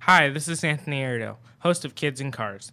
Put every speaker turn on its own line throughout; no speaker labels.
Hi, this is Anthony Arido, host of Kids in Cars,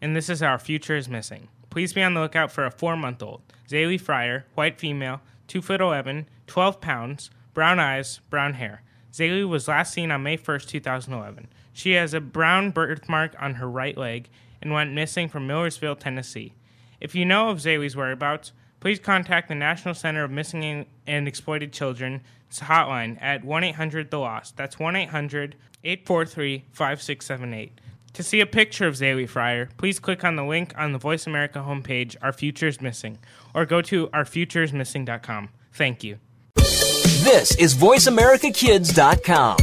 and this is Our Future is Missing. Please be on the lookout for a four month old, Zaylee Fryer, white female, 2 foot 11, 12 pounds, brown eyes, brown hair. Zaylee was last seen on May 1st, 2011. She has a brown birthmark on her right leg and went missing from Millersville, Tennessee. If you know of Zaylee's whereabouts, please contact the National Center of Missing and Exploited Children's hotline at 1 800 The Lost. That's 1 800 843 5678. To see a picture of Zaylee Fryer, please click on the link on the Voice America homepage, Our Future's Missing, or go to ourfuturesmissing.com. Thank you.
This is VoiceAmericaKids.com.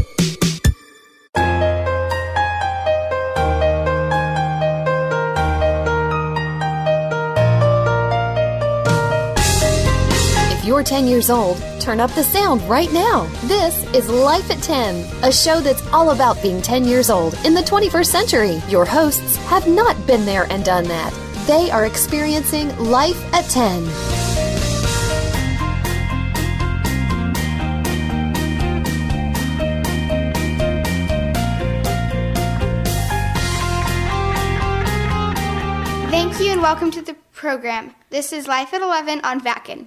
you're 10 years old, turn up the sound right now. This is Life at 10, a show that's all about being 10 years old in the 21st century. Your hosts have not been there and done that. They are experiencing Life at 10.
Thank you and welcome to the program. This is Life at 11 on Vakin.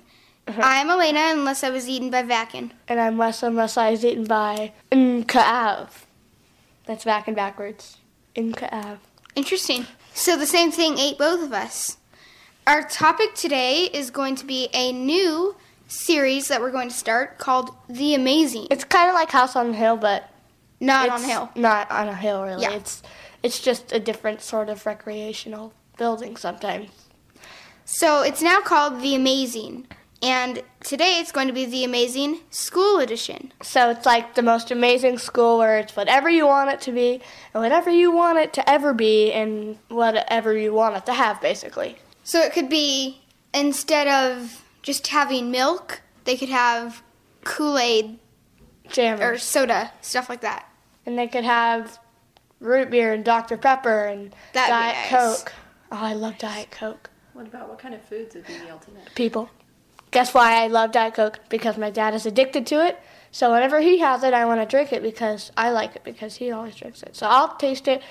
I'm Elena unless I was eaten by Vakin.
And I'm Wes unless I was eaten by Nkaav. That's back and backwards. Nkaav.
Interesting. So the same thing ate both of us. Our topic today is going to be a new series that we're going to start called The Amazing.
It's kind of like House on a Hill, but
Not
it's
on Hill.
Not on a hill, really.
Yeah.
It's it's just a different sort of recreational building sometimes.
So it's now called The Amazing. And today it's going to be The Amazing School Edition.
So it's like the most amazing school where it's whatever you want it to be and whatever you want it to ever be and whatever you want it to have, basically.
So it could be instead of just having milk, they could have Kool Aid
Jammers.
or soda, stuff like that.
and they could have root beer and Dr. Pepper and
That'd
Diet
be nice.
Coke. Oh, I love Diet Coke.
What about what kind of foods would be the ultimate?
People, guess why I love Diet Coke? Because my dad is addicted to it. So whenever he has it, I want to drink it because I like it because he always drinks it. So I'll taste it,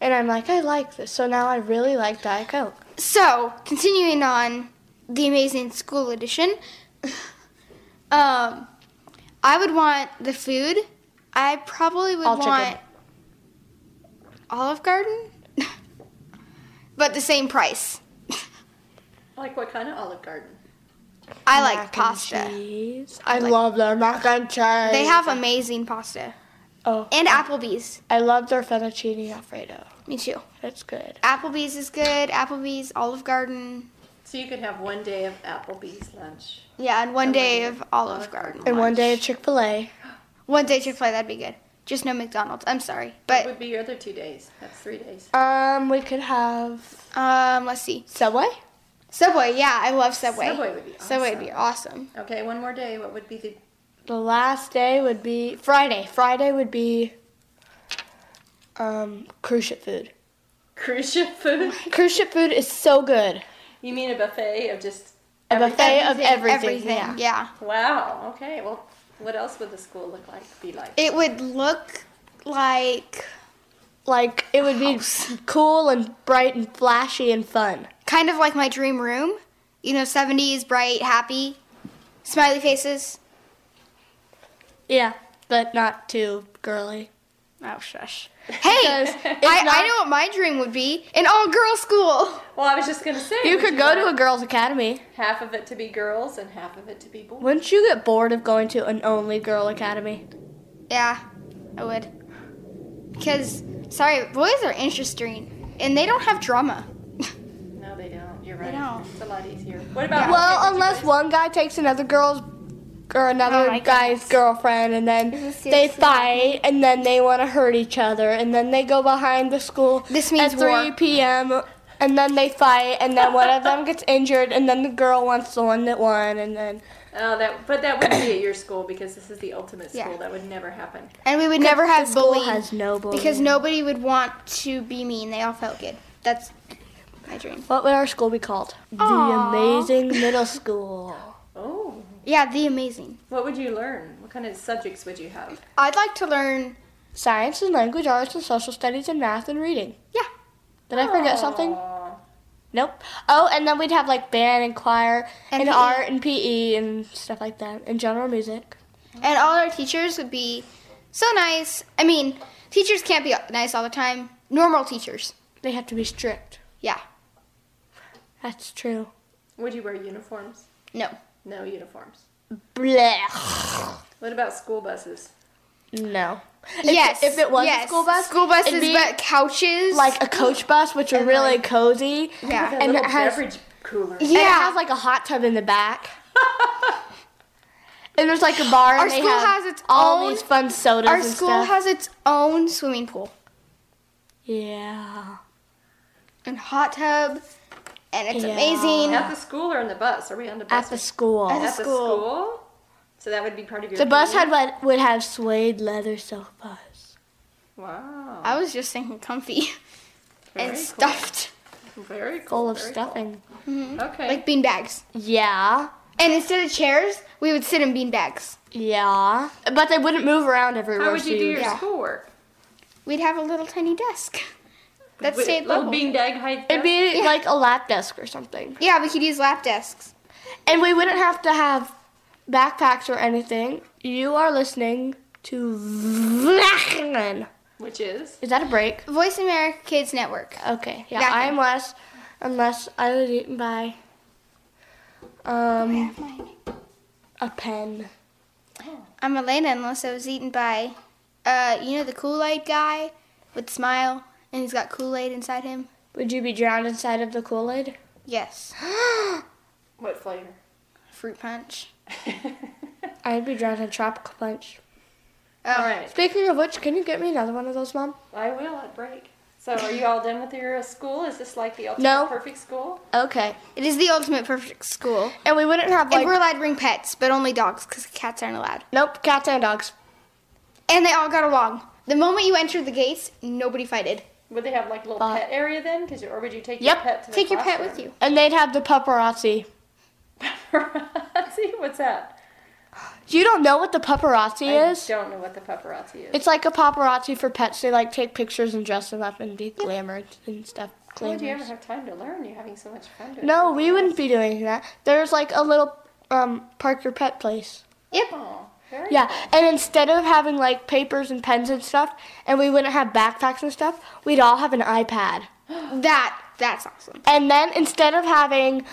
and I'm like, I like this. So now I really like Diet Coke.
So, continuing on the Amazing School Edition, um, I would want the food. I probably would
All chicken.
want Olive Garden, but the same price.
Like what kind of Olive Garden?
I like
Mac And
pasta.
cheese. I love their mac and cheese.
They have amazing pasta
Oh,
and Applebee's.
I love their fettuccine alfredo.
Me too.
It's good.
Applebee's is good. Applebee's, Olive Garden.
So you could have one day of Applebee's lunch.
Yeah, and one day of Olive Garden.
And one day at Chick Fil A.
One day Chick Fil A. That'd be good. Just no McDonald's. I'm sorry,
What
but
would be your other two days? That's three days.
Um, we could have
um, let's see.
Subway.
Subway, yeah, I love Subway.
Subway would be
Subway would be awesome.
Okay, one more day. What would be the
The last day would be Friday. Friday would be um, cruise ship food.
cruise ship food?
Cruise ship food is so good.
You mean a buffet of just
A buffet of everything.
Everything,
Yeah.
yeah.
wow? Okay, well, what else would the school look like? Be like?
It would look like
Like it would be cool and bright and flashy and fun.
kind of like my dream room. You know, 70s, bright, happy, smiley faces.
Yeah, but not too girly.
Oh, shush. Hey,
Because
I,
it's
I
not-
know what my dream would be an all girl school.
Well, I was just gonna say
You
would
could go to a
want
girls' academy.
half of it to be girls and half of it to be boys.
Wouldn't you get bored of going to an only girl academy?
Yeah, I would. Because, sorry, boys are interesting and they don't have drama.
No, they don't. You're right.
don't.
It's a lot easier. What about
Well,
okay,
unless
guys-
one guy takes another girl's or another
Oh my
guy's
goodness.
girlfriend, and then
This is
they
so
fight, and then they want to hurt each other, and then they go behind the school
This means
at 3
war.
p.m. and then they fight, and then one of them gets injured, and then the girl wants the one that won, and then
Oh, that but that wouldn't be at your school because this is the ultimate
Yeah.
school. That would never happen.
And we would never have
the school
bullying.
has no bullying.
Because nobody would want to be mean. They all felt good. That's my dream.
what would our school be called?
Aw.
The Amazing Middle School.
Oh,
Yeah, the amazing.
what would you learn? What kind of subjects would you have?
I'd like to learn
science and language arts and social studies and math and reading.
Yeah.
Did I forget something? Nope. Oh, and then we'd have like band and choir and,
And E. PE.
art and PE and stuff like that and general music.
And all our teachers would be so nice. I mean, teachers can't be nice all the time. Normal teachers.
They have to be strict.
Yeah.
That's true.
Would you wear uniforms?
No.
No uniforms.
Blech.
What about school buses?
No. If-
yes.
If it was
yes.
a school bus,
School
it'd
buses,
be
but couches.
like a coach bus, which are really cozy.
Yeah.
A
And
little
it has-
beverage cooler.
And it
Yeah.
has like a hot tub in the back. and there's like a bar.
Our
and they
school
have
has its
all
own-
these fun sodas.
our
and
school
stuff.
has its own swimming pool
Yeah.
and hot tub, and it's
Yeah.
amazing.
At the school or on the bus? Are we on the bus?
At the school.
the
At the
school.
school? So that would be part of your.
The bus
commute?
had what would have suede leather sofas.
Wow.
I was just thinking comfy
Very
and
cool.
stuffed,
Very cool.
Full of
very
stuffing.
cool. Okay.
like bean bags.
Yeah.
And instead of chairs, we would sit in bean bags.
Yeah. But they wouldn't move around everywhere.
How would you
so
do your
Yeah.
schoolwork?
We'd have a little tiny desk that
Would-
stayed
little
level.
beanbag height.
It'd be like a lap desk or something.
yeah, we could use lap desks.
And we wouldn't have to have backpacks or anything. You are listening to Vlachnen.
Which is?
Is that a break?
Voice America Kids Network.
Okay. Yeah,
Vacuum.
I'm less unless I was eaten by um a pen.
I'm Elena, unless I was eaten by, uh, you know, the Kool Aid guy with the smile, and he's got Kool Aid inside him.
Would you be drowned inside of the Kool-Aid?
Yes.
What flavor?
Fruit punch.
I'd be drowned in tropical punch.
All right.
Speaking of which, can you get me another one of those, Mom?
I will at break. So are you all done with your uh, school? Is this like the ultimate
No.
perfect school?
Okay.
It is the ultimate perfect school.
And we wouldn't have
and
like
we're allowed to bring pets, but only dogs, because cats aren't allowed.
nope cats and dogs.
And they all got along. The moment you entered the gates, nobody fighted.
Would they have like a little
Uh,
pet area then? Cause you, or would you take
Yep.
your pet to the
Take your pet with you.
And they'd have the paparazzi.
Paparazzi? See what's that?
You don't know what the paparazzi
I
is?
don't know what the paparazzi is.
It's like a paparazzi for pets. They like take pictures and dress them up and be glamored and stuff.
How would Oh, you ever
Glamorous.
have time to learn? You're having so much fun. Doing
No,
it.
we wouldn't be doing that. There's like a little um park your pet place.
Yep.
Oh, very
Yeah,
cool.
and instead of having like papers and pens and stuff, and we wouldn't have backpacks and stuff, we'd all have an iPad.
That, that's awesome.
And then instead of having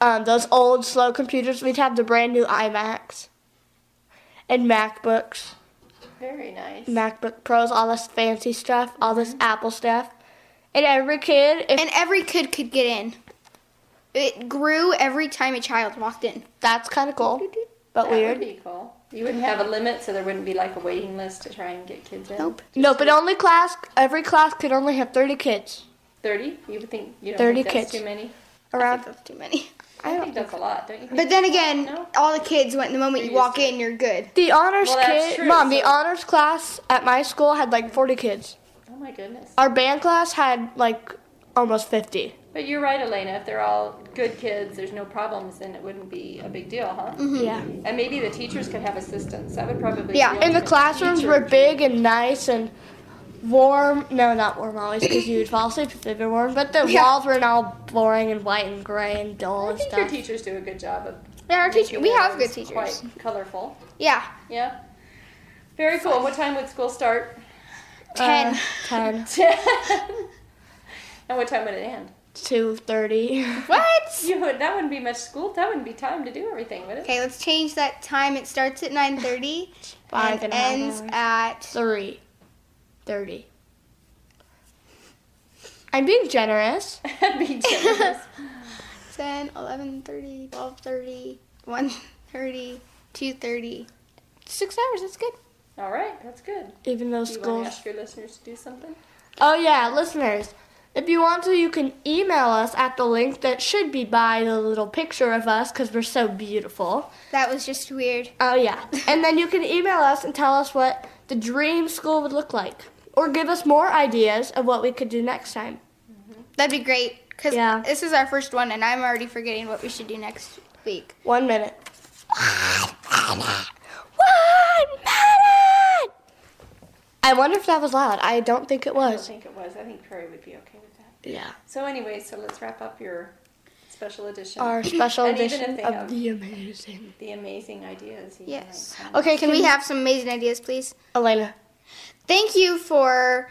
um, those old slow computers, we'd have the brand new iMacs and MacBooks,
Very nice.
MacBook Pros, all this fancy stuff, all this
Mm-hmm.
Apple stuff. And every kid, if
And every kid could get in. It grew every time a child walked in.
that's kind of cool, but
That
weird.
would be cool. You wouldn't have a limit, so there wouldn't be like a waiting list to try and get kids in.
Nope.
No, but only class, every class could only have 30 kids.
Thirty? You would think you don't
30
think that's
kids.
too many.
Around
That's too many.
I, think that's a lot, don't you? Think?
But then again,
No?
all the kids went the moment you
You're
walk
used
in, you're good.
The honors
Well, that's
kid,
true,
mom. The
so-
honors class at my school had like 40 kids.
oh my goodness.
Our band class had like almost 50.
But you're right, Elena. If they're all good kids, there's no problems, then it wouldn't be a big deal, huh?
Yeah.
And maybe the teachers could have assistants. That would probably
Yeah,
Be
And the classrooms were big and nice and warm. No, not warm always, because you would fall asleep if they were warm. But the
Yeah.
walls were all boring and white and gray and dull
I
and
think your
stuff.
teachers do a good job of.
Yeah, our teacher,
making
we
their
have good
rooms
teachers.
Quite colorful.
Yeah,
Yeah. Very cool. What time would school start?
ten.
Uh, 10
Ten. and what time would it end?
to 30.
what?
You would, that wouldn't be much school. That wouldn't be time to do everything, would it?
Okay, let's change that time. It starts at nine thirty
Five
and
and a half
ends
hours.
at
3. 30. I'm being generous.
be generous.
10, 11.30, 12.30, 1.30, 2.30. Six hours, that's good.
All right, that's good.
Even though
Do you want
school's
to ask your listeners to do something?
Oh yeah, listeners. If you want to, you can email us at the link that should be by the little picture of us because we're so beautiful.
That was just weird.
Oh yeah. And then you can email us and tell us what the dream school would look like. Or give us more ideas of what we could do next time.
That'd be great, because
Yeah.
this is our first one, and I'm already forgetting what we should do next week.
One minute. One minute! One minute! I I wonder if that was loud. I don't think it
I don't
was.
think it was. I think Prairie would be okay with that.
Yeah.
So anyway, so let's wrap up your special edition.
Our special
and even if
edition
they
of
have
the amazing.
the amazing ideas. you might
Yes.
find.
Okay,
Can we have some amazing ideas, please?
Elena?
Thank you for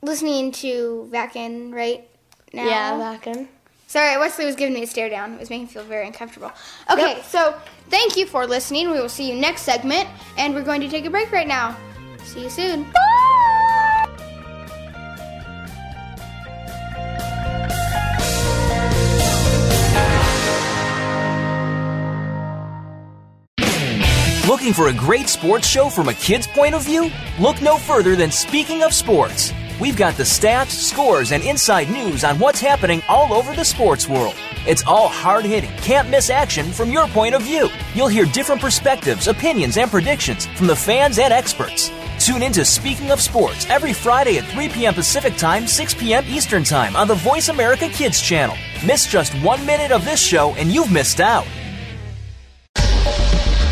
listening to Vakin right now.
Yeah, back in.
Sorry, Wesley was giving me a stare down. It was making me feel very uncomfortable. Okay, so thank you for listening. We will see you next segment, and we're going to take a break right now. See you soon. Bye!
Looking for a great sports show from a kid's point of view? Look no further than Speaking of Sports. We've got the stats, scores, and inside news on what's happening all over the sports world. It's all hard hitting, can't miss action from your point of view. You'll hear different perspectives, opinions, and predictions from the fans and experts. Tune into Speaking of Sports every Friday at 3 p.m. Pacific Time, 6 p.m. Eastern Time on the Voice America Kids channel. Miss just one minute of this show and you've missed out.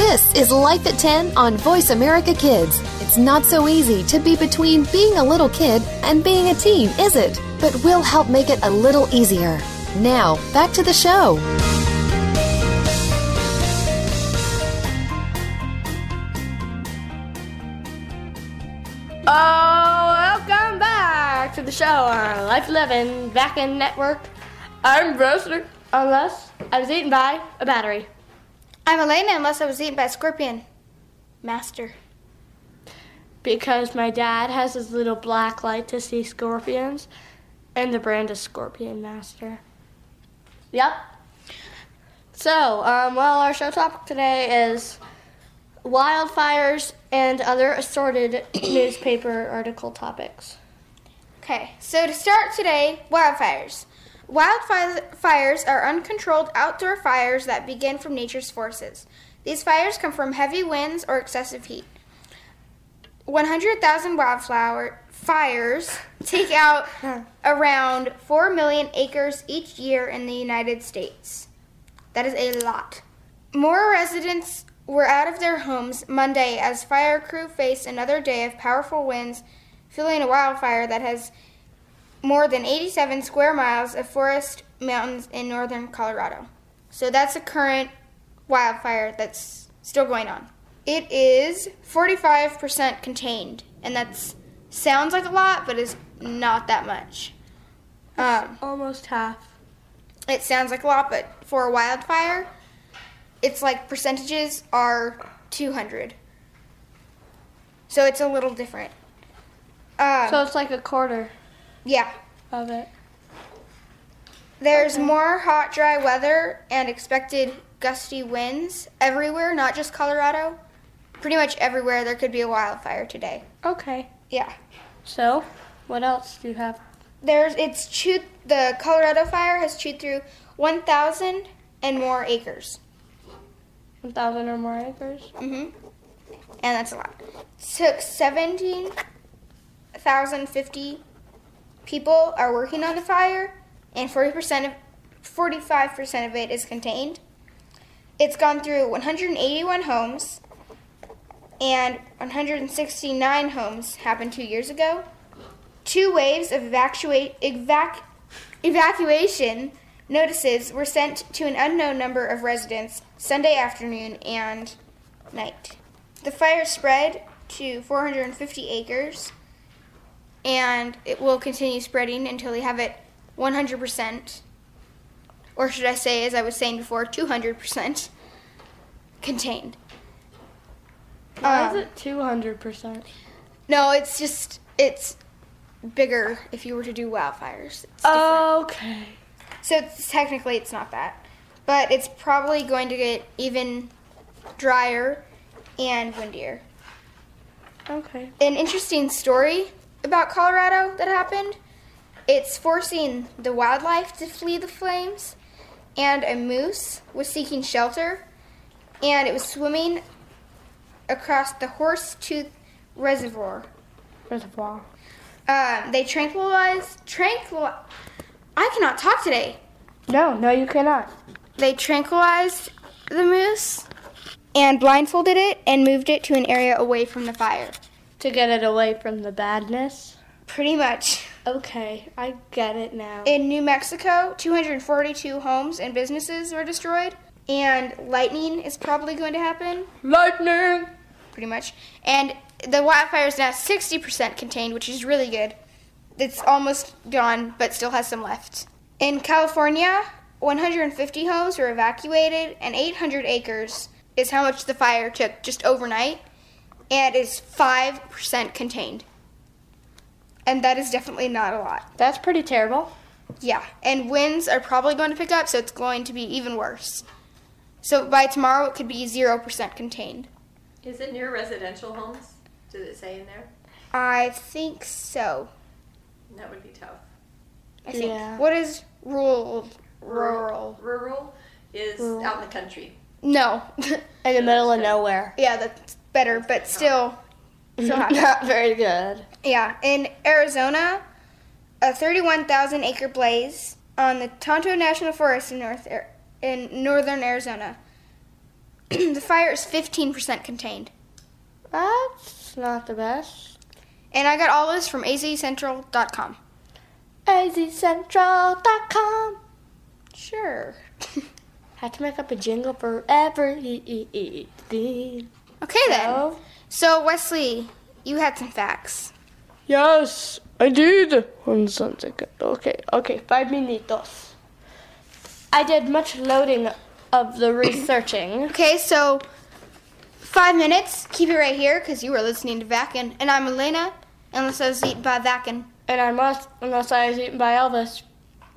This is Life at 10 on Voice America Kids. It's not so easy to be between being a little kid and being a teen, is it? But we'll help make it a little easier. Now, back to the show.
Oh, welcome back to the show on Life 11 Back in Network. I'm Roaster, unless I was eaten by a battery.
I'm Elena, unless I was eaten by a scorpion. Master.
because my dad has his little black light to see scorpions, and the brand is Scorpion Master. Yep. So, um, well, our show topic today is wildfires and other assorted newspaper article topics.
Okay, so to start today, wildfires. Wildfires are uncontrolled outdoor fires that begin from nature's forces. These fires come from heavy winds or excessive heat. 100,000 wildflower fires take out around 4 million acres each year in the United States. That is a lot. More residents were out of their homes Monday as fire crew faced another day of powerful winds, fueling a wildfire that has more than 87 square miles of forest mountains in northern Colorado. So that's a current wildfire that's still going on. It is 45% contained, and that sounds like a lot, but is not that much. Um,
Almost half.
it sounds like a lot, but for a wildfire, it's like percentages are 200. So it's a little different. Um,
So it's like a quarter
yeah,
of it.
there's more hot, dry weather and expected gusty winds everywhere, not just Colorado. Pretty much everywhere there could be a wildfire today.
Okay.
Yeah.
So, what else do you have?
There's it's chewed the Colorado fire has chewed through 1,000 and more acres.
1,000 or more acres?
Mm-hmm. And that's a lot. Took 17,050 people are working on the fire, and 40% of 45% of it is contained. It's gone through 181 homes, and 169 homes happened two years ago. Two waves of evacuate, evac, evacuation notices were sent to an unknown number of residents Sunday afternoon and night. The fire spread to 450 acres and it will continue spreading until they have it 100%, or should I say, as I was saying before, 200% contained.
Why
Um,
is it 200%?
No, it's just, it's bigger if you were to do wildfires. It's
Oh,
different.
Okay.
So it's, technically, it's not that, but it's probably going to get even drier and windier.
Okay.
an interesting story about Colorado that happened. It's forcing the wildlife to flee the flames, and a moose was seeking shelter, and it was swimming across the Horse Tooth Reservoir.
Reservoir.
Um, they tranquilized, tranquil. I cannot talk today.
No, no, you cannot.
They tranquilized the moose and blindfolded it and moved it to an area away from the fire.
To get it away from the badness.
Pretty much.
Okay, I get it now.
In New Mexico, 242 homes and businesses were destroyed, and lightning is probably going to happen,
Lightning.
pretty much. And the wildfire is now 60% contained, which is really good. It's almost gone, but still has some left. In California, 150 homes were evacuated, and 800 acres is how much the fire took just overnight, and is 5% contained. And that is definitely not a lot.
That's pretty terrible.
Yeah, and winds are probably going to pick up, so it's going to be even worse. So by tomorrow, it could be 0% contained.
Is it near residential homes? Does it say in there?
I think so.
That would be tough.
I think.
Yeah.
What is rural? Rural.
Rural is out in the country.
No.
In the middle of nowhere.
yeah, that's better, but still. still happening.
Not very good.
Yeah, in Arizona, a 31,000 acre blaze on the Tonto National Forest in North Ar- in northern Arizona. the fire is 15% contained.
That's not the best.
And I got all this from azcentral.com.
AZCentral.com.
Sure.
Have to make up a jingle for E, everything.
Okay then. So Wesley, you had some facts.
Yes, I did. One second. Okay, okay, five minutos. I did much loading of the researching.
Okay, so five minutes. Keep it right here because you were listening to Vakin, and I'm Elena. Unless I was eaten by Vakin.
And I must, unless I was eaten by Elvis.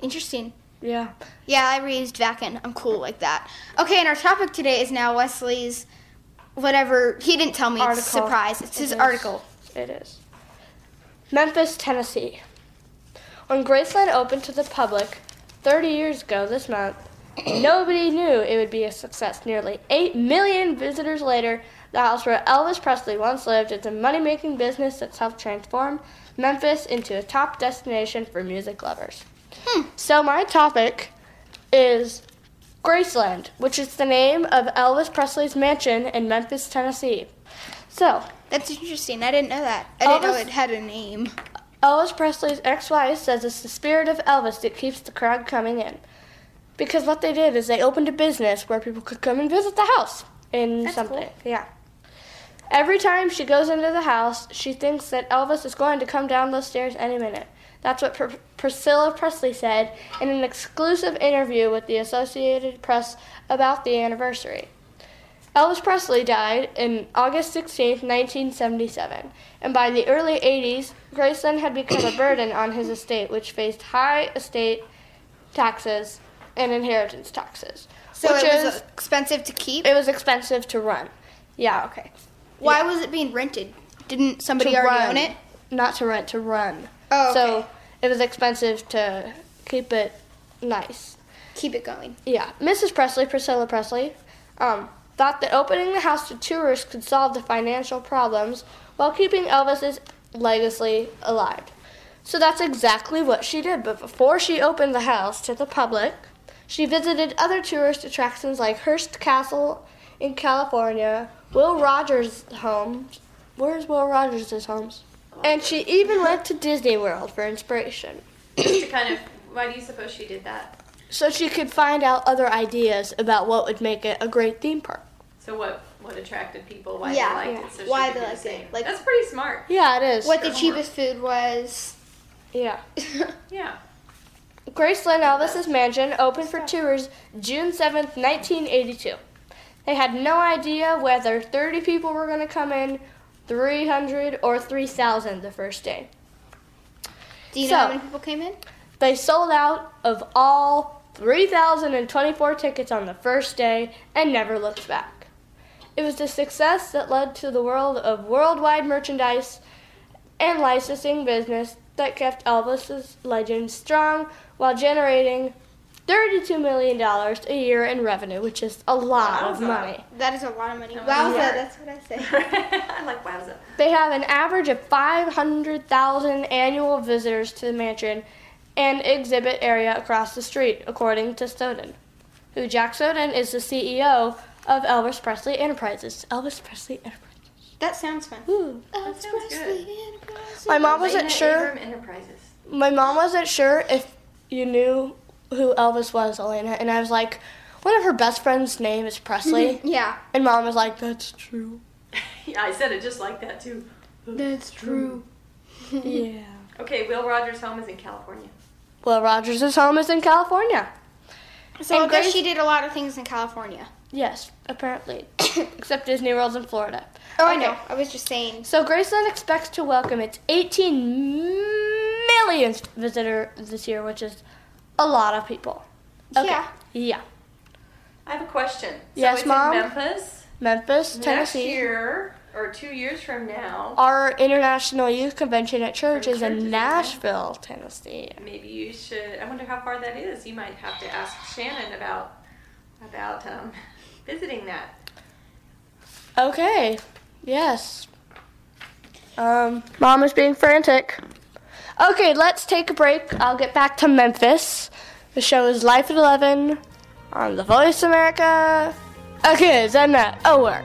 Interesting.
Yeah.
Yeah, I raised Vakin. I'm cool like that. Okay, and our topic today is now Wesley's whatever he didn't tell me. It's a
Article.
surprise. It's his
It is.
article.
It is. Memphis, Tennessee. When Graceland opened to the public 30 years ago this month, nobody knew it would be a success. Nearly 8 million visitors later, the house where Elvis Presley once lived is a money making business that's helped transform Memphis into a top destination for music lovers. So, my topic is Graceland, which is the name of Elvis Presley's mansion in Memphis, Tennessee. So,
That's interesting. I didn't know that. I didn't know
Elvis-
it had a name.
Elvis Presley's ex-wife says it's the spirit of Elvis that keeps the crowd coming in. Because what they did is they opened a business where people could come and visit the house in something. Yeah. Every time she goes into the house, she thinks that Elvis is going to come down those stairs any minute. That's what Pr- Priscilla Presley said in an exclusive interview with the Associated Press about the anniversary. Elvis Presley died in August 16, 1977, and by the early 80s, Graceland had become a burden on his estate, which faced high estate taxes and inheritance taxes.
So
which
it was
is,
expensive to keep.
it was expensive to run. Yeah, okay.
Why was it being rented? Didn't somebody
to
already
run.
own it?
Not to rent, to run.
Oh, okay.
So it was expensive to keep it nice.
Keep it going.
Yeah, Mrs. Presley, Priscilla Presley, um, thought that opening the house to tourists could solve the financial problems while keeping Elvis's legacy alive. So that's exactly what she did. But before she opened the house to the public, she visited other tourist attractions like Hearst Castle in California, Will Rogers' home. Where's Will Rogers' homes? And she even went to Disney World for inspiration
Just to kind of, why do you suppose she did that?
so she could find out other ideas about what would make it a great theme park.
So what what attracted people? Why
Yeah,
they liked
yeah.
it? So
Why
she
they
could do the
liked it,
same.
like-
that's pretty smart.
Yeah, it is. Oh,
What the cheapest food was.
Yeah.
Yeah.
Graceland Elvis's mansion opened for tours June seventh, 1982. They had no idea whether 30 people were going to come in, 300 or 3,000 the first day.
Do you
So-
know how many people came in?
They sold out of all 3,024 tickets on the first day and never looked back. It was the success that led to the world of worldwide merchandise and licensing business that kept Elvis's legend strong while generating $32 million a year in revenue, which is a lot of money.
That is a lot of money. Wowza, that's what I said.
I'm like, wowza.
They have an average of 500,000 annual visitors to the mansion and exhibit area across the street, according to Snowden, who Jack Snowden is the CEO of Elvis Presley Enterprises. Elvis Presley Enterprises.
That sounds fun.
That sounds good.
My mom wasn't
Elena
sure.
Abram Enterprises.
My mom wasn't sure if you knew who Elvis was, Elena, and I was like, one of her best friends' name is Presley,
Yeah.
and mom was like, that's true.
Yeah, I said it just like that too.
That's true. yeah.
Okay, Will Rogers' home is in California.
Well, Rogers' home is in California.
So I
And
guess
Grace-
she did a lot of things in California.
Yes, apparently. Except Disney World's in Florida.
Oh, I
Okay.
know. I was just saying.
So Graceland expects to welcome its 18 millionth visitor this year, which is a lot of people.
Yeah.
Yeah.
I have a question.
Yes,
so it's
Mom?
In Memphis.
Memphis,
Next
Tennessee.
year, or two years from now,
Our International Youth Convention at Church
Our
is
church is
in
in
Nashville, Tennessee.
maybe you should. I wonder how far that is. You might have to ask Shannon about about um, visiting that.
Okay. Yes. Um, mom is being frantic. Okay, let's take a break. I'll get back to Memphis. The show is Life at 11 on The Voice America. Okay, then that. Oh, work.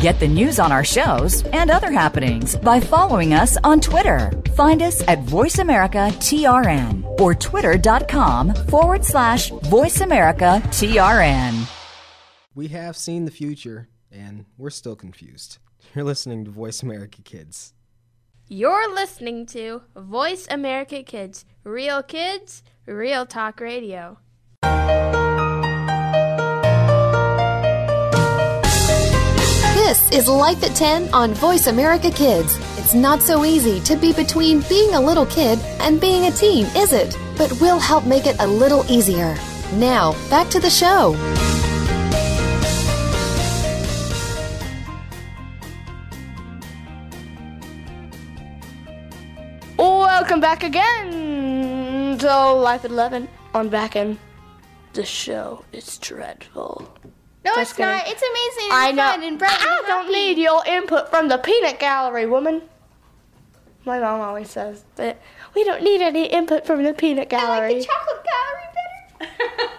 Get the news on our shows and other happenings by following us on Twitter. Find us at VoiceAmericaTRN or twitter.com forward slash VoiceAmericaTRN.
We have seen the future, and we're still confused. You're listening to Voice America Kids.
You're listening to Voice America Kids, Real Kids, Real Talk Radio.
This is Life at 10 on Voice America Kids. It's not so easy to be between being a little kid and being a teen, is it? But we'll help make it a little easier. Now, back to the show.
Welcome back again to Life at 11 on back end. The show is dreadful.
No,
Just
it's not. It's amazing. And
I know.
Fun and bright and
I don't
happy.
need your input from the peanut gallery, woman. My mom always says that we don't need any input from the peanut
I like
gallery.
the chocolate gallery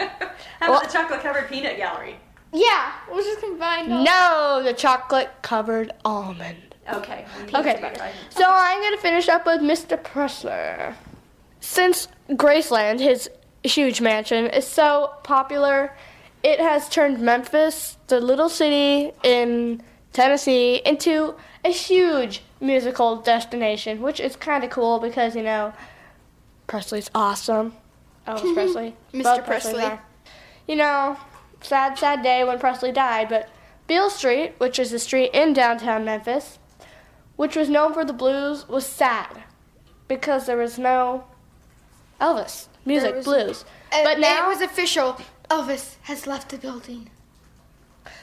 better.
How about the chocolate covered peanut gallery?
Yeah, we'll just combine. all-
no, the chocolate covered almond.
Okay. we need
Okay,
to get right.
so I'm gonna finish up with Mr. Pressler. Since Graceland, his huge mansion, is so popular, it has turned Memphis, the little city in Tennessee, into a huge musical destination, which is kind of cool because you know Presley's awesome. Elvis Presley,
Mr.
Both Presleys
Presley.
are. You know, sad, sad day when Presley died, but Beale Street, which is the street in downtown Memphis, which was known for the blues, was sad because there was no Elvis music
was-
blues.
And
but now,
it was official. Elvis has left the building.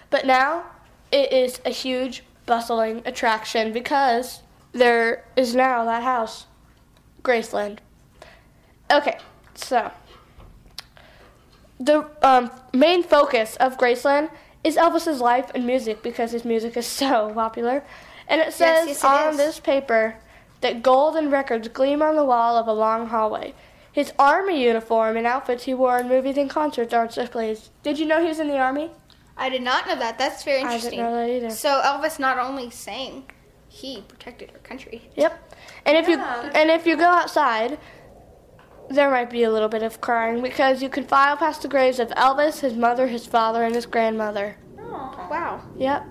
but now it is a huge bustling attraction because there is now that house, Graceland. Okay, so the um, main focus of Graceland is Elvis's life and music because his music is so popular. And it says
yes, it
on
is.
this paper that gold and records gleam on the wall of a long hallway. His army uniform and outfits he wore in movies and concerts are on displays. Did you know he was in the army?
I did not know that. That's very
I didn't
interesting.
know that either.
So Elvis not only sang, He protected our country.
Yep. And if
Yeah.
you and if you go outside, there might be a little bit of crying because you can file past the graves of Elvis, his mother, his father, and his grandmother.
Wow.
Yep.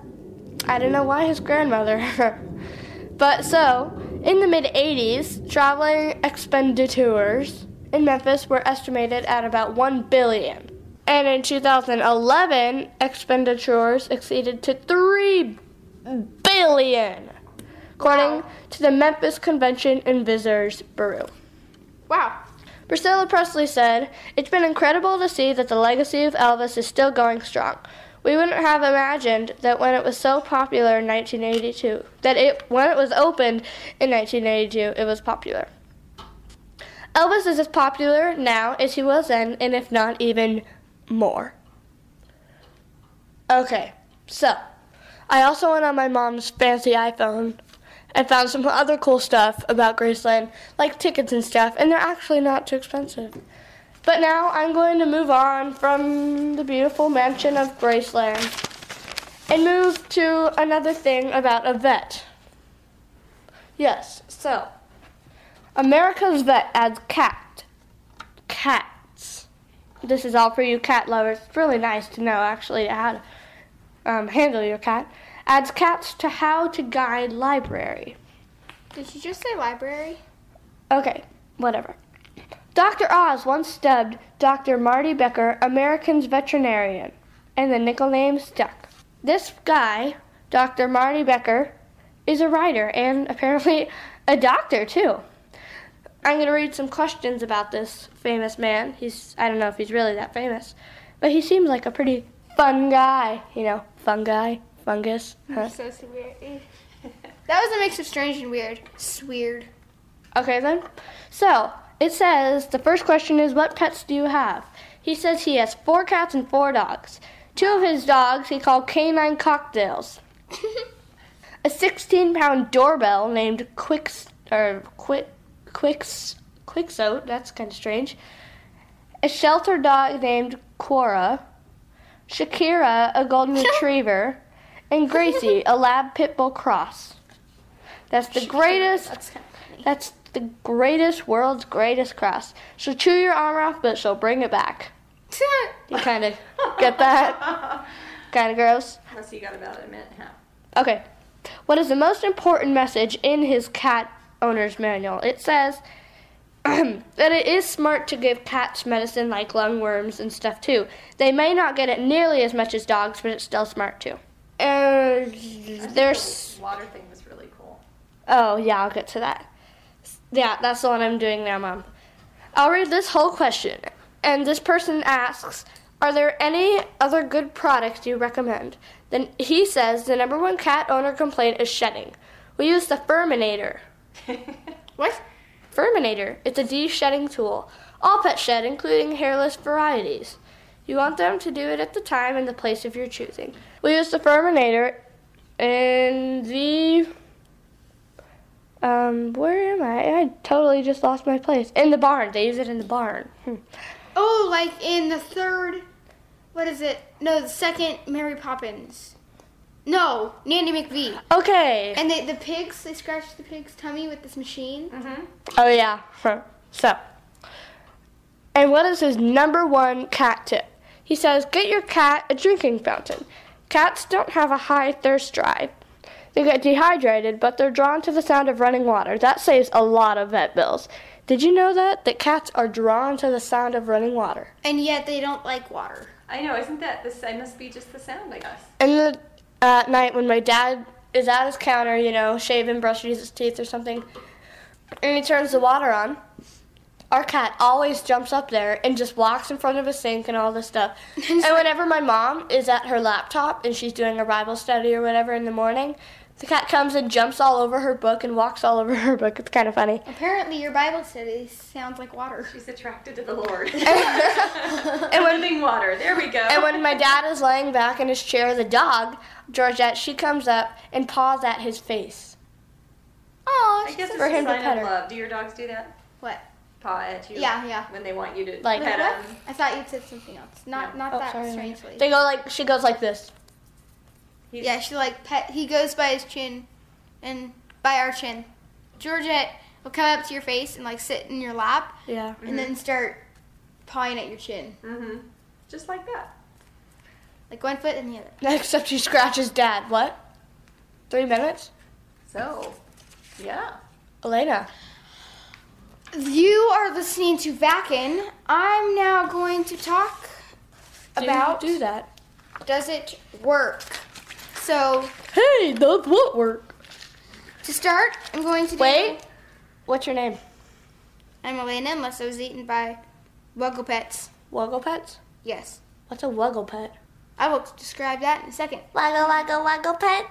I don't know why his grandmother. but so, in the mid 80s, traveling expenditures in Memphis were estimated at about 1 billion. And in 2011, expenditures exceeded to 3 billion, according to the Memphis Convention and Visitors Bureau.
Wow.
Priscilla Presley said, It's been incredible to see that the legacy of Elvis is still going strong. We wouldn't have imagined that when it was so popular in 1982, that it when it was opened in 1982, it was popular. Elvis is as popular now as he was then, and if not even more. Okay, so I also went on my mom's fancy iPhone and found some other cool stuff about Graceland, like tickets and stuff, and they're actually not too expensive. But now I'm going to move on from the beautiful mansion of Graceland and move to another thing about a vet. Yes, so America's Vet adds cat. Cats. This is all for you cat lovers. It's really nice to know actually how to um, handle your cat. Adds cats to how to guide library.
Did you just say library?
Okay, whatever. Dr. Oz once dubbed Dr. Marty Becker American's veterinarian, and the nickel name stuck. This guy, Dr. Marty Becker, is a writer and apparently a doctor too. I'm going to read some questions about this famous man. He's I don't know if he's really that famous, but he seems like a pretty fun guy, you know, fungi, fungus. Huh?
You're so weird. that was a mix of strange and weird. It's weird.
Okay then. So it says the first question is what pets do you have? He says he has four cats and four dogs. Two of his dogs he called canine cocktails. a 16-pound doorbell named Quicks or Quick Quicks Quixote. That's kind of strange. A shelter dog named Quora. Shakira, a golden retriever, and Gracie, a lab pit bull cross. That's the greatest. That's, the greatest world's greatest cross. She'll chew your arm off, but she'll bring it back. you kind of get that? Kind of gross.
Unless you got about a minute and a half.
Okay. What is the most important message in his cat owner's manual? It says that it is smart to give cats medicine like lungworms and stuff too. They may not get it nearly as much as dogs, but it's still smart too. And there's
Water thing was really cool.
Oh, yeah, I'll get to that. S- Yeah, that's the one I'm doing now, Mom. I'll read this whole question. And this person asks Are there any other good products you recommend? Then he says the number one cat owner complaint is shedding. We use the Furminator. what? Furminator. It's a de shedding tool. All pets shed, including hairless varieties. You want them to do it at the time and the place of your choosing. We use the Furminator and the um, where am I? I totally just lost my place. In the barn. They use it in the barn. Hmm.
Oh, like in the third. What is it? No, the second Mary Poppins. No, Nanny McVee.
Okay.
And they, the pigs, they scratched the pig's tummy with this machine. Mm-hmm.
Oh, yeah. Huh. So, and what is his number one cat tip? He says, get your cat a drinking fountain. Cats don't have a high thirst drive. They get dehydrated, but they're drawn to the sound of running water. That saves a lot of vet bills. Did you know that? That cats are drawn to the sound of running water.
And yet they don't like water.
I know, isn't that this? I must be just the sound, I guess.
And the, at night when my dad is at his counter, you know, shaving, brushing his teeth or something, and he turns the water on, our cat always jumps up there and just walks in front of a sink and all this stuff. and whenever my mom is at her laptop and she's doing a Bible study or whatever in the morning, the cat comes and jumps all over her book and walks all over her book. It's kind of funny.
Apparently, your Bible study sounds like water.
She's attracted to the Lord. and living water. There we go.
And when my dad is laying back in his chair, the dog, Georgette, she comes up and paws at his face.
Oh,
I guess
for
it's
him
a
to
sign
pet
of
her.
love. Do your dogs do that?
What?
Paw at you.
Yeah, yeah.
When they want you to
Like-
pet
Like
them.
I thought you said something else. Not not
Oh,
that
sorry, Lena.
strangely.
They go like she goes like this.
yeah, she like pet. He goes by his chin. and by our chin. Georgette will come up to your face and like sit in your lap.
Yeah.
And then start pawing at your chin. Mm-hmm.
Just like that.
Like one foot and the other.
Except she scratches dad. What? Three minutes?
So, yeah.
Elena.
You are listening to Vakin. I'm now going to talk about
do that.
Does it work? So
Hey, does what work?
to start, I'm going to do
Wait. What's your name?
I'm Elena, unless I was eaten by Wuggle Pets.
Wuggle Pets?
Yes.
What's a Wuggle Pet?
I will describe that in a second.
Wuggle, wuggle, wuggle pet.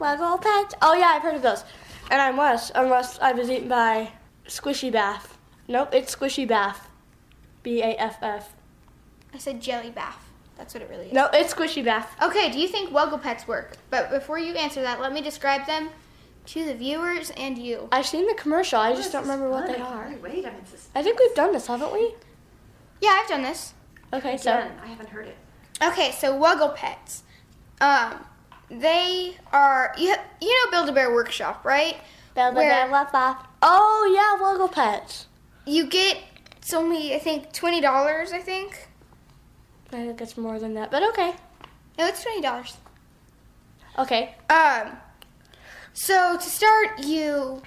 Wuggle pet. Oh, yeah, I've heard of those. And I was, unless I was eaten by Squishy Bath. Nope, it's Squishy Bath. B A F F.
I said jelly bath. That's what it really is.
No, it's Squishy Bath.
Okay, do you think Wuggle Pets work? But before you answer that, let me describe them to the viewers and you.
I've seen the commercial, I just don't remember what they are. I think we've done this, haven't we?
Yeah, I've done this.
Okay, so.
I haven't heard it.
Okay, so Wuggle Pets. Um, they are you you know Build a Bear Workshop, right? Where-
Oh, yeah, Wuggle Pets.
You get it's only I think twenty dollars. I think
I think it's more than that, but okay.
no, it's twenty dollars.
Okay.
Um, so to start, you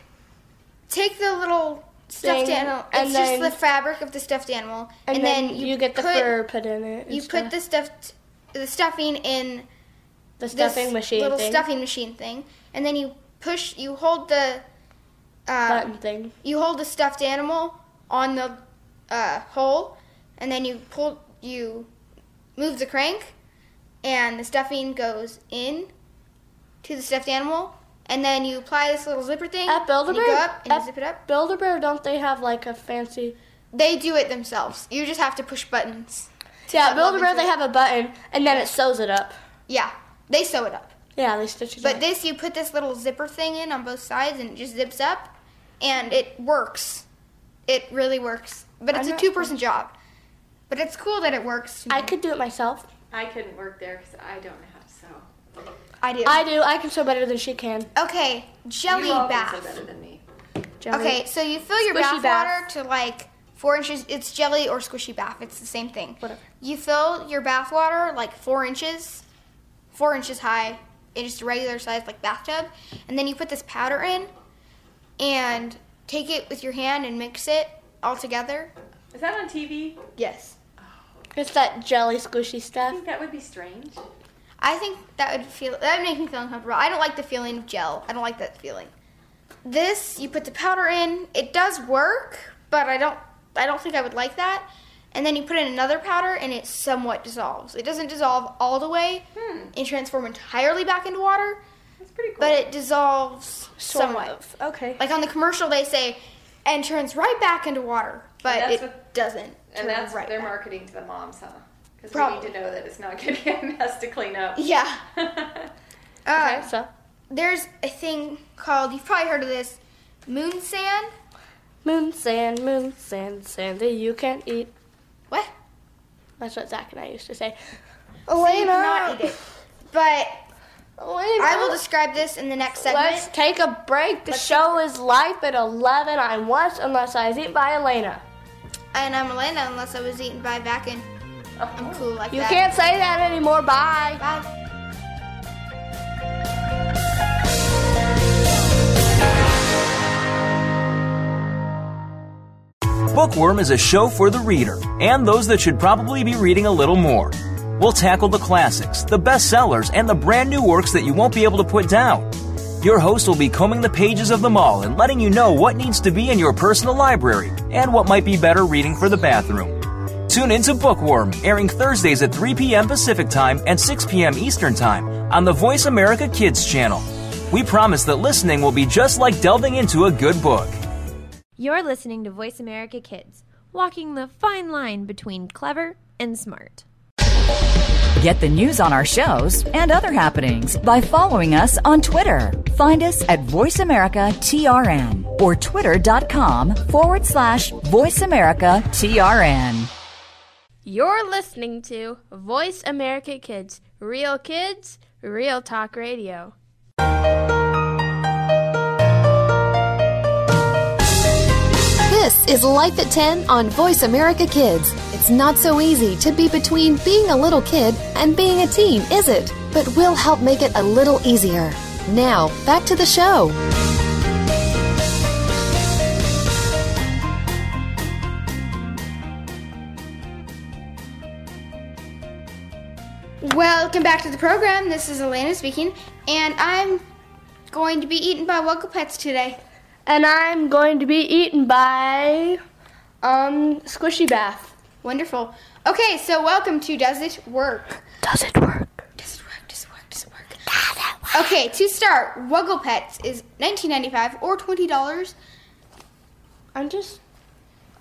take the little stuffed
Thing,
animal.
and
It's
then-
just the fabric of the stuffed animal,
And, then, you, get the
put-
fur put in it. and
You
stuff.
put the stuffed the stuffing in
the
this
stuffing machine
little
thing.
stuffing machine thing, and then you push. You hold the
button
um,
thing.
you hold the stuffed animal on the uh, hole, and then you pull you move the crank, and the stuffing goes in to the stuffed animal, and then you apply this little zipper thing. and
At
you go
Build-A-Bear-
up and you
at-
zip it up.
Build a Bear, don't they have like a fancy?
They do it themselves. You just have to push buttons.
Yeah,
shove
Build a
them
Bear,
into
they
it.
have a button, and then it sews it up.
Yeah, they sew it up.
Yeah, they stitch it.
But
up.
this, you put this little zipper thing in on both sides, and it just zips up, and it works. It really works. But it's
I'm
a
not-
two-person job. But it's cool that it works.
I could do it myself.
I couldn't work there because I don't know how to sew.
I do.
I do. I can sew better than she can.
okay, jelly
you all Can
bath.
sew better than me.
Jelly.
Okay, so you fill your bath,
Squishy bath.
water to like four inches. It's jelly or squishy bath. It's the same thing.
Whatever.
You fill your bath water like four inches, four inches high, in just a regular size like bathtub, and then you put this powder in, and take it with your hand and mix it all together.
Is that on TV?
Yes.
It's that jelly squishy
I
stuff.
think that would be strange.
I think that would feel that would make me feel uncomfortable. I don't like the feeling of gel. I don't like that feeling. This you put the powder in. It does work, but I don't I don't think I would like that. And then you put in another powder and it somewhat dissolves. It doesn't dissolve all the way
Hmm.
and transform entirely back into water,
That's pretty cool.
but it dissolves somewhat.
Okay.
Like on the commercial they say and turns right back into water, but
that's
it
what-
doesn't. turn
and that's
right
their
back.
marketing to the moms, huh? Because we
Probably.
need to know that it's not going to be a mess to clean up.
Yeah. Uh,
Okay, so
there's a thing called you've probably heard of this moon sand
moon sand, moon sand, sand that you can't eat.
what
That's what Zach and I used to say.
so you cannot eat it but
Elena.
i will describe this in the next segment
Let's take a break. The show is live at 11. I'm Wes, unless I was eaten by Elena.
and i'm elena unless i was eaten by a vacuum i'm cool like
You
that
can't say that anymore. Bye.
bye
Bookworm is a show for the reader and those that should probably be reading a little more. We'll tackle the classics, the bestsellers, and the brand new works that you won't be able to put down. Your host will be combing the pages of them all and letting you know what needs to be in your personal library and what might be better reading for the bathroom. Tune into Bookworm, airing Thursdays at 3 p.m. Pacific Time and 6 p.m. Eastern Time on the Voice America Kids channel. We promise that listening will be just like delving into a good book.
You're listening to Voice America Kids, walking the fine line between clever and smart.
Get the news on our shows and other happenings by following us on Twitter. Find us at VoiceAmericaTRN or twitter.com forward slash VoiceAmericaTRN.
You're listening to Voice America Kids, real kids, real talk radio.
This is Life at 10 on Voice America Kids. It's not so easy to be between being a little kid and being a teen, is it? But we'll help make it a little easier. Now, back to the show.
Welcome back to the program. This is Elena speaking, and I'm going to be eaten by Wuggle Pets today.
And I'm going to be eaten by um Squishy Bath.
Wonderful. Okay, so welcome to Does It Work?
Does it work?
Okay, to start, Wuggle Pets is $19.95 or $20.
I'm just.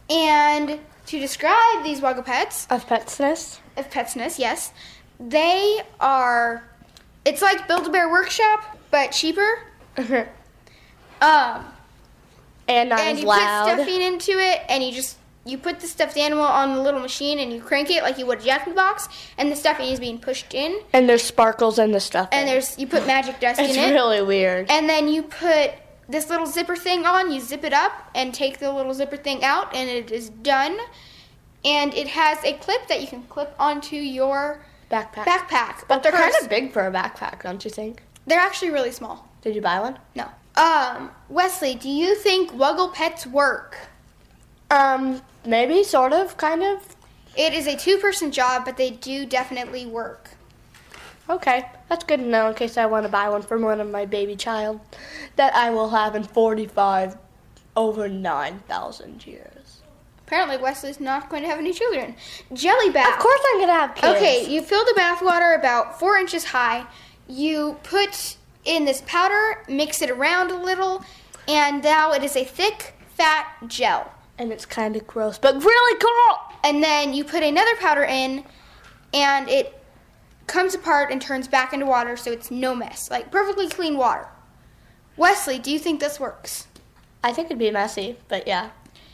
And to describe these Wuggle Pets.
Of Petsness?
Of Petsness, yes. They are. It's like Build a Bear Workshop, but cheaper. Um,
and not
and
as
you
loud.
put stuffing into it, and you just you put the stuffed animal on the little machine, and you crank it like you would a Jack in the Box, and the stuffing is being pushed in,
and there's sparkles in the stuff.
and there's you put magic dust
It's
in it,
really weird.
and then you put this little zipper thing on. You zip it up and take the little zipper thing out, and it is done. And it has a clip that you can clip onto your
backpack.
backpack.
But they're kind
purse.
of big for a backpack, don't you think?
They're actually really small.
Did you buy one?
No. Um, Wesley, do you think Wuggle Pets work?
Um, maybe, sort of, kind of.
It is a two person job, but they do definitely work.
Okay, that's good to know in case I want to buy one from one of my baby child that I will have in 45 over 9,000 years.
Apparently, Wesley's not going to have any children. Jelly bath.
Of course, I'm going to have kids.
Okay, you fill the bath water about four inches high. You put in this powder, mix it around a little, and now it is a thick, fat gel.
And it's kind of gross, but really cool!
And then you put another powder in, and it comes apart and turns back into water, so it's no mess. Like perfectly clean water. Wesley, do you think this works?
I think it'd be messy, but yeah.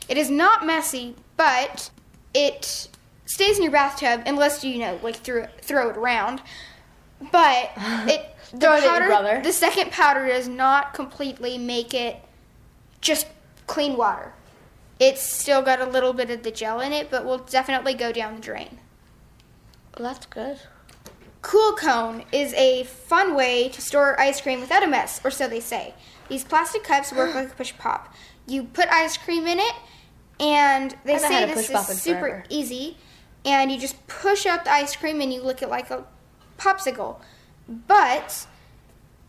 It is not messy, but it stays in your bathtub unless you, you know, like throw throw it around. But it the
Throw it at your
powder,
brother.
the second powder does not completely make it just clean water. It's still got a little bit of the gel in it, but will definitely go down the drain.
Well, that's good.
Cool cone is a fun way to store ice cream without a mess, or so they say. These plastic cups work like a push pop. You put ice cream in it, and they
I've not
say
had a
this
push pop in
is super
forever.
easy. And you just push out the ice cream, and you lick it like a popsicle. But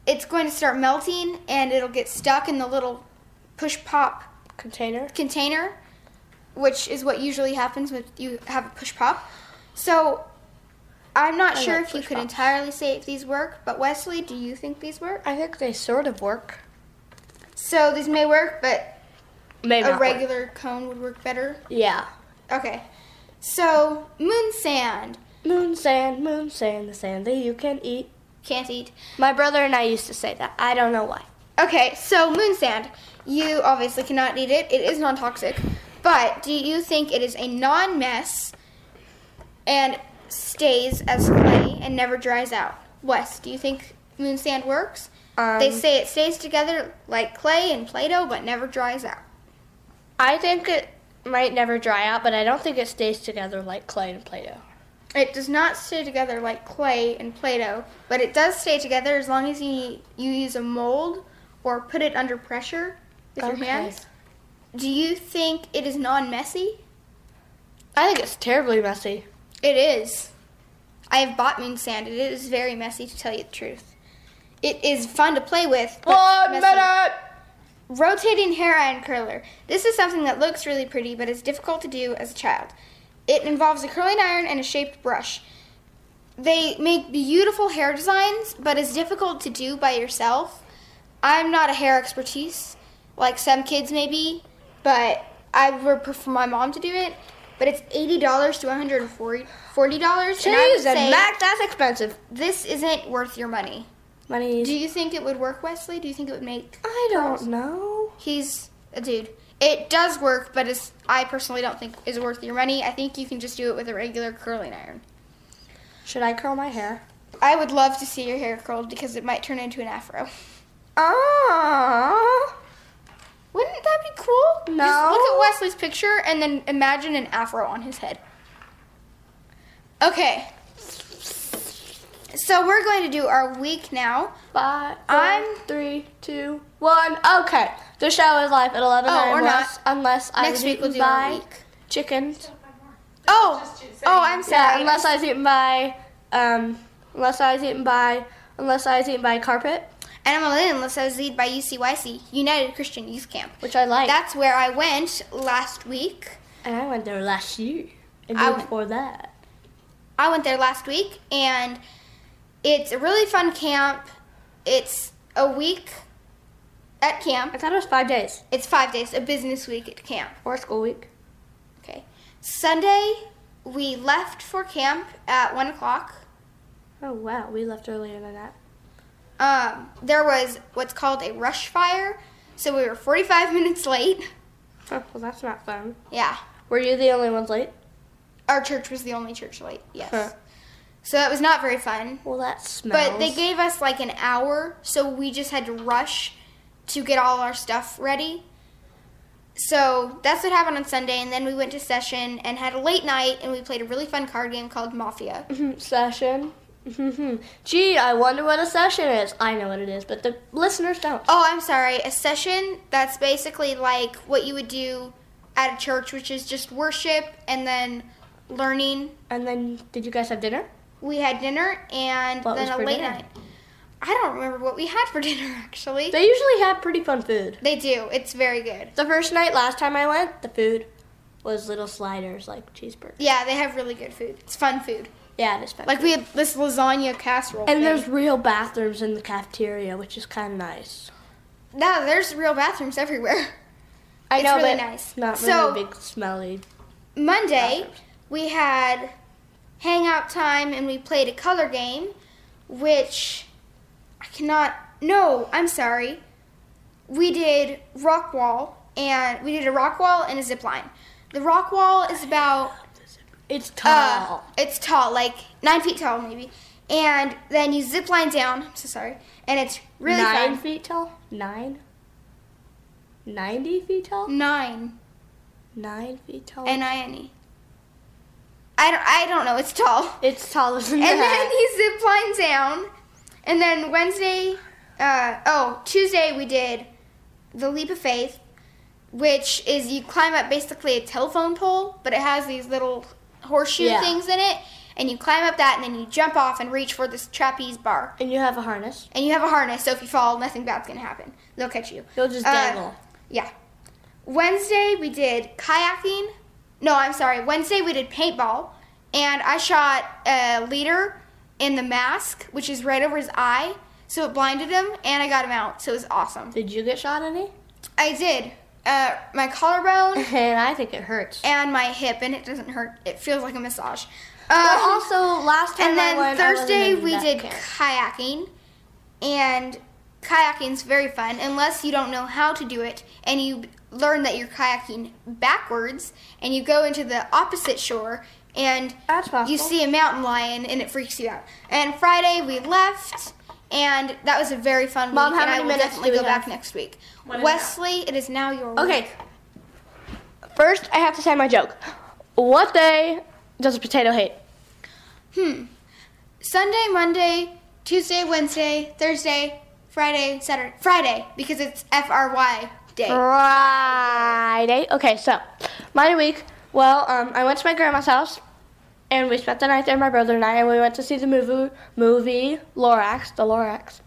it's going to start melting, and it'll get stuck in the little push pop
Container?
container, which is what usually happens when you have a push pop. So I'm not
I
sure
like
if you
push
could
pops.
entirely say if these work, but Wesley, do you think these work?
I think they sort of work.
So these may work, but
Maybe
a
not work.
regular cone would work better.
Yeah.
Okay. So moon sand
Moon sand, moon sand, the sand that you can eat.
can't eat.
My brother and I used to say that. I don't know why.
Okay, so moon sand. You obviously cannot eat it. It is non-toxic. But do you think it is a non-mess and stays as clay and never dries out? Wes, do you think moon sand works? they
Um,
say it stays together like clay and Play-Doh but never dries out.
I think it might never dry out, but I don't think it stays together like clay and Play Doh.
It does not stay together like clay and Play-Doh, but it does stay together as long as you you use a mold or put it under pressure with
Okay.
your hands. Do you think it is non-messy?
I think it's terribly messy.
It is. I have bought moon sand, and it is very messy to tell you the truth. It is fun to play with. but messy. Rotating hair iron curler. This is something that looks really pretty, but is difficult to do as a child. It involves a curling iron and a shaped brush. They make beautiful hair designs, but is difficult to do by yourself. I'm not a hair expertise, like some kids may be, but I would prefer my mom to do it. But it's eighty dollars to one hundred and forty forty dollars. and I would
Jeez,
say
and Mac, that's expensive.
this isn't worth your money.
Money.
Do you think it would work, Wesley? Do you think it would make?
I don't know.
He's a dude. It does work, but it's, I personally don't think is worth your money. I think you can just do it with a regular curling iron.
Should I curl my hair?
I would love to see your hair curled because it might turn into an afro.
Ah.
Wouldn't that be cool?
No.
Just look at Wesley's picture and then imagine an afro on his head. Okay. So we're going to do our week now.
Five,
I'm
three, two, one. Okay, the show is live at 11
Oh,
a.m.
or
unless, unless I
Next
was
week we'll
eaten
do our
by
week.
chickens.
Oh, oh, I'm
Yeah,
sorry.
unless I was eaten by, um, unless I was eaten by, unless I was eaten by carpet,
And I'm Lynn, unless I was lead by UCYC, United Christian Youth Camp.
which I like.
That's where I went last week.
and I went there last year. And
I
year
went-
before that.
I went there last week, and it's a really fun camp. It's a week at
I
camp.
thought it was five days
It's five days, a business week at camp.
or school week.
Okay. Sunday, we left for camp at one o'clock.
Oh wow, we left earlier than that.
Um, there was what's called a rush fire, so we were 45 minutes late.
Huh, well, that's not fun.
Yeah,
Were you the only ones late?
our church was the only church late. Yes.
Huh.
So that was not very fun.
Well, that smells.
But they gave us like an hour, so we just had to rush to get all our stuff ready. So that's what happened on Sunday, and then we went to session and had a late night, and we played a really fun card game called Mafia.
Mm-hmm. session. Mm-hmm. Gee, I wonder what a session is. I know what it is, but the listeners don't.
Oh, I'm sorry, a session that's basically like what you would do at a church, which is just worship and then learning.
And then, did you guys have dinner?
We had dinner and
What
then
was
a
for
late
dinner?
night. I don't remember what we had for dinner actually.
They usually have pretty fun food.
they do. It's very good.
The first night, last time I went, the food was little sliders, like cheeseburgers.
Yeah, they have really good food. It's fun food.
Yeah, it is fun.
Like we had this lasagna casserole.
and
thing.
there's real bathrooms in the cafeteria, which is kind of nice.
no, there's real bathrooms everywhere.
I
It's
know,
really
but
nice.
not
So-
really big, smelly.
Monday we had hangout time and we played a color game, which I cannot. No, I'm sorry. We did rock wall and we did a rock wall and a zip line. The rock wall is about
It's
Uh,
tall.
it's tall, like nine feet tall maybe. And then you zip line down. I'm so sorry. And it's really
Nine
fun.
feet tall. Nine. Ninety feet tall.
Nine.
Nine feet tall.
N I N E. I don't. I don't know. It's tall.
it's taller than
And then
that.
he zip line down. And then Wednesday, uh, oh, Tuesday we did the leap of faith, which is you climb up basically a telephone pole, but it has these little horseshoe
Yeah.
things in it. And you climb up that and then you jump off and reach for this trapeze bar.
and you have a harness.
And you have a harness, so if you fall, nothing bad's gonna happen. They'll catch you.
You'll just
Uh,
dangle.
Yeah. Wednesday we did kayaking. No, I'm sorry. Wednesday we did paintball, and I shot a leader in the mask, which is right over his eye, so it blinded him, and I got him out. So it was awesome.
Did you get shot any?
I did. Uh, my collarbone
And I think it hurts.
and my hip, and it doesn't hurt. It feels like a massage.
But
Um,
also, last time
and
I
then
went, I wasn't
Thursday
in
we
that
did
camp.
kayaking, and kayaking's very fun unless you don't know how to do it and you learn that you're kayaking backwards and you go into the opposite shore and
That's possible.
you see a mountain lion and it freaks you out. And Friday we left. And that was a very fun
Mom,
week,
how
and I
many
will
minutes
definitely
do we
go
have?
back next week.
One and a half.
Wesley, it is now your
Okay.
week.
First, I have to say my joke. What day does a potato hate?
Sunday, Monday, Tuesday, Wednesday, Thursday, Friday, Saturday. Friday because it's F R Y day.
Friday. Okay, so my week. Well, um, I went to my grandma's house, and we spent the night there. My brother and I, and we went to see the movie movie Lorax, the Lorax.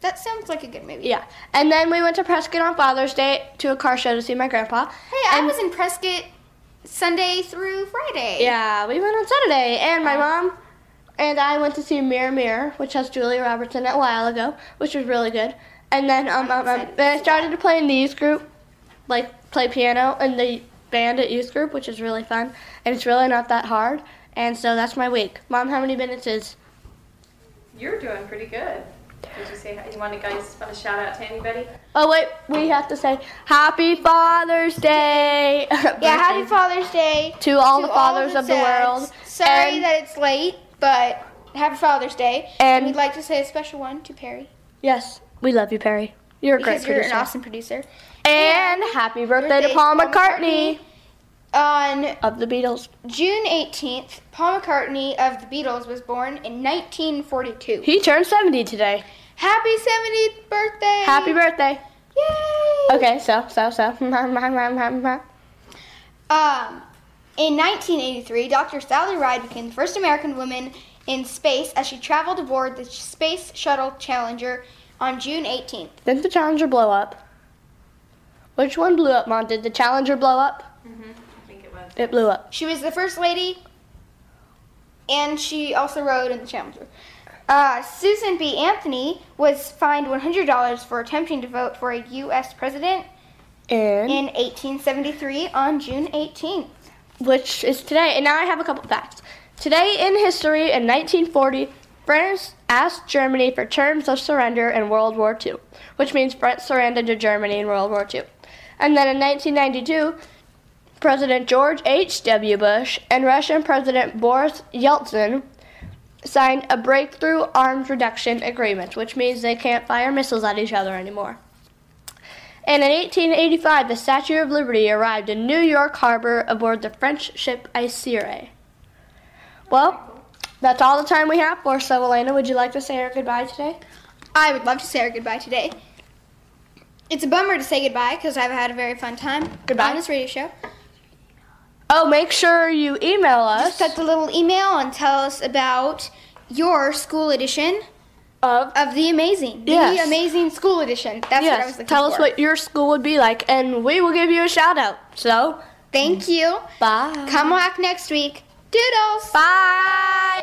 That sounds like a good movie.
Yeah, and then we went to Prescott on Father's Day to a car show to see my grandpa.
Hey, I was in Prescott Sunday through Friday.
Yeah, we went on Saturday, and my mom and I went to see Mirror Mirror, which has Julia Roberts in it a while ago, which was really good. And then um, um, um then I started to play in the youth group, like play piano in the band at youth group, which is really fun, and it's really not that hard. And so that's my week. Mom, how many minutes is?
You're doing pretty good. Did you say you want to guys want to shout out to anybody?
Oh wait, we have to say Happy Father's Day.
Yeah, happy Father's Day
to all the fathers
all
of the
dads.
world.
Sorry
And-
that it's late, but happy Father's Day.
And-
we'd like to say a special one to Perry
Yes, we love you, Perry. You're a
because
great
you're
producer.
an awesome producer.
And happy birthday, to Paul McCartney.
On
of the Beatles.
June 18th, Paul McCartney of the Beatles was born in 1942.
He turned 70 today.
Happy 70th birthday!
Happy birthday.
Yay!
Okay, so, so, so. Who
Um, in 1983, Dr. Sally Ride became the first American woman in space as she traveled aboard the Space Shuttle Challenger on June 18th.
Didn't the Challenger blow up? Which one blew up, Mom? Did the Challenger blow up? Mm-hmm. I think it was. It blew up.
She was the first lady, and she also rode in the Challenger. Uh, Susan B. Anthony was fined $100 for attempting to vote for a U.S. president
And
in 1873 on June 18th.
which is today. And now I have a couple facts. Today in history, in 1940, France asked Germany for terms of surrender in World War II, which means France surrendered to Germany in World War II. And then in 1992, President George H.W. Bush and Russian President Boris Yeltsin signed a breakthrough arms reduction agreement, which means they can't fire missiles at each other anymore. And in 1885, the Statue of Liberty arrived in New York Harbor aboard the French ship Isere. Well, that's all the time we have for so, Elena, would you like to say our goodbye today?
I would love to say our goodbye today. It's a bummer to say goodbye because I've had a very fun time
Goodbye.
on this radio show.
Oh, make sure you email
Just
us
type the little email and tell us about your school edition
of
of The Amazing. The
Yes.
Amazing School Edition. That's what I was
yes.
looking
Tell us
for.
what your school would be like, and we will give you a shout out. So,
Thank you.
bye.
Come back next week. Doodles.
Bye.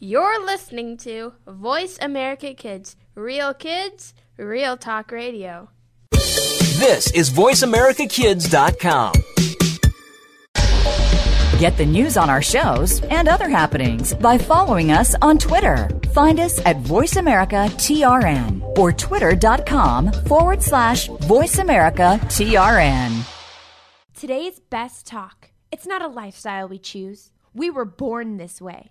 You're listening to Voice America Kids, Real Kids, Real Talk Radio.
This is VoiceAmericaKids.com.
Get the news on our shows and other happenings by following us on Twitter. Find us at VoiceAmericaTRN or twitter.com forward slash VoiceAmericaTRN.
Today's best talk. It's not a lifestyle we choose. We were born this way.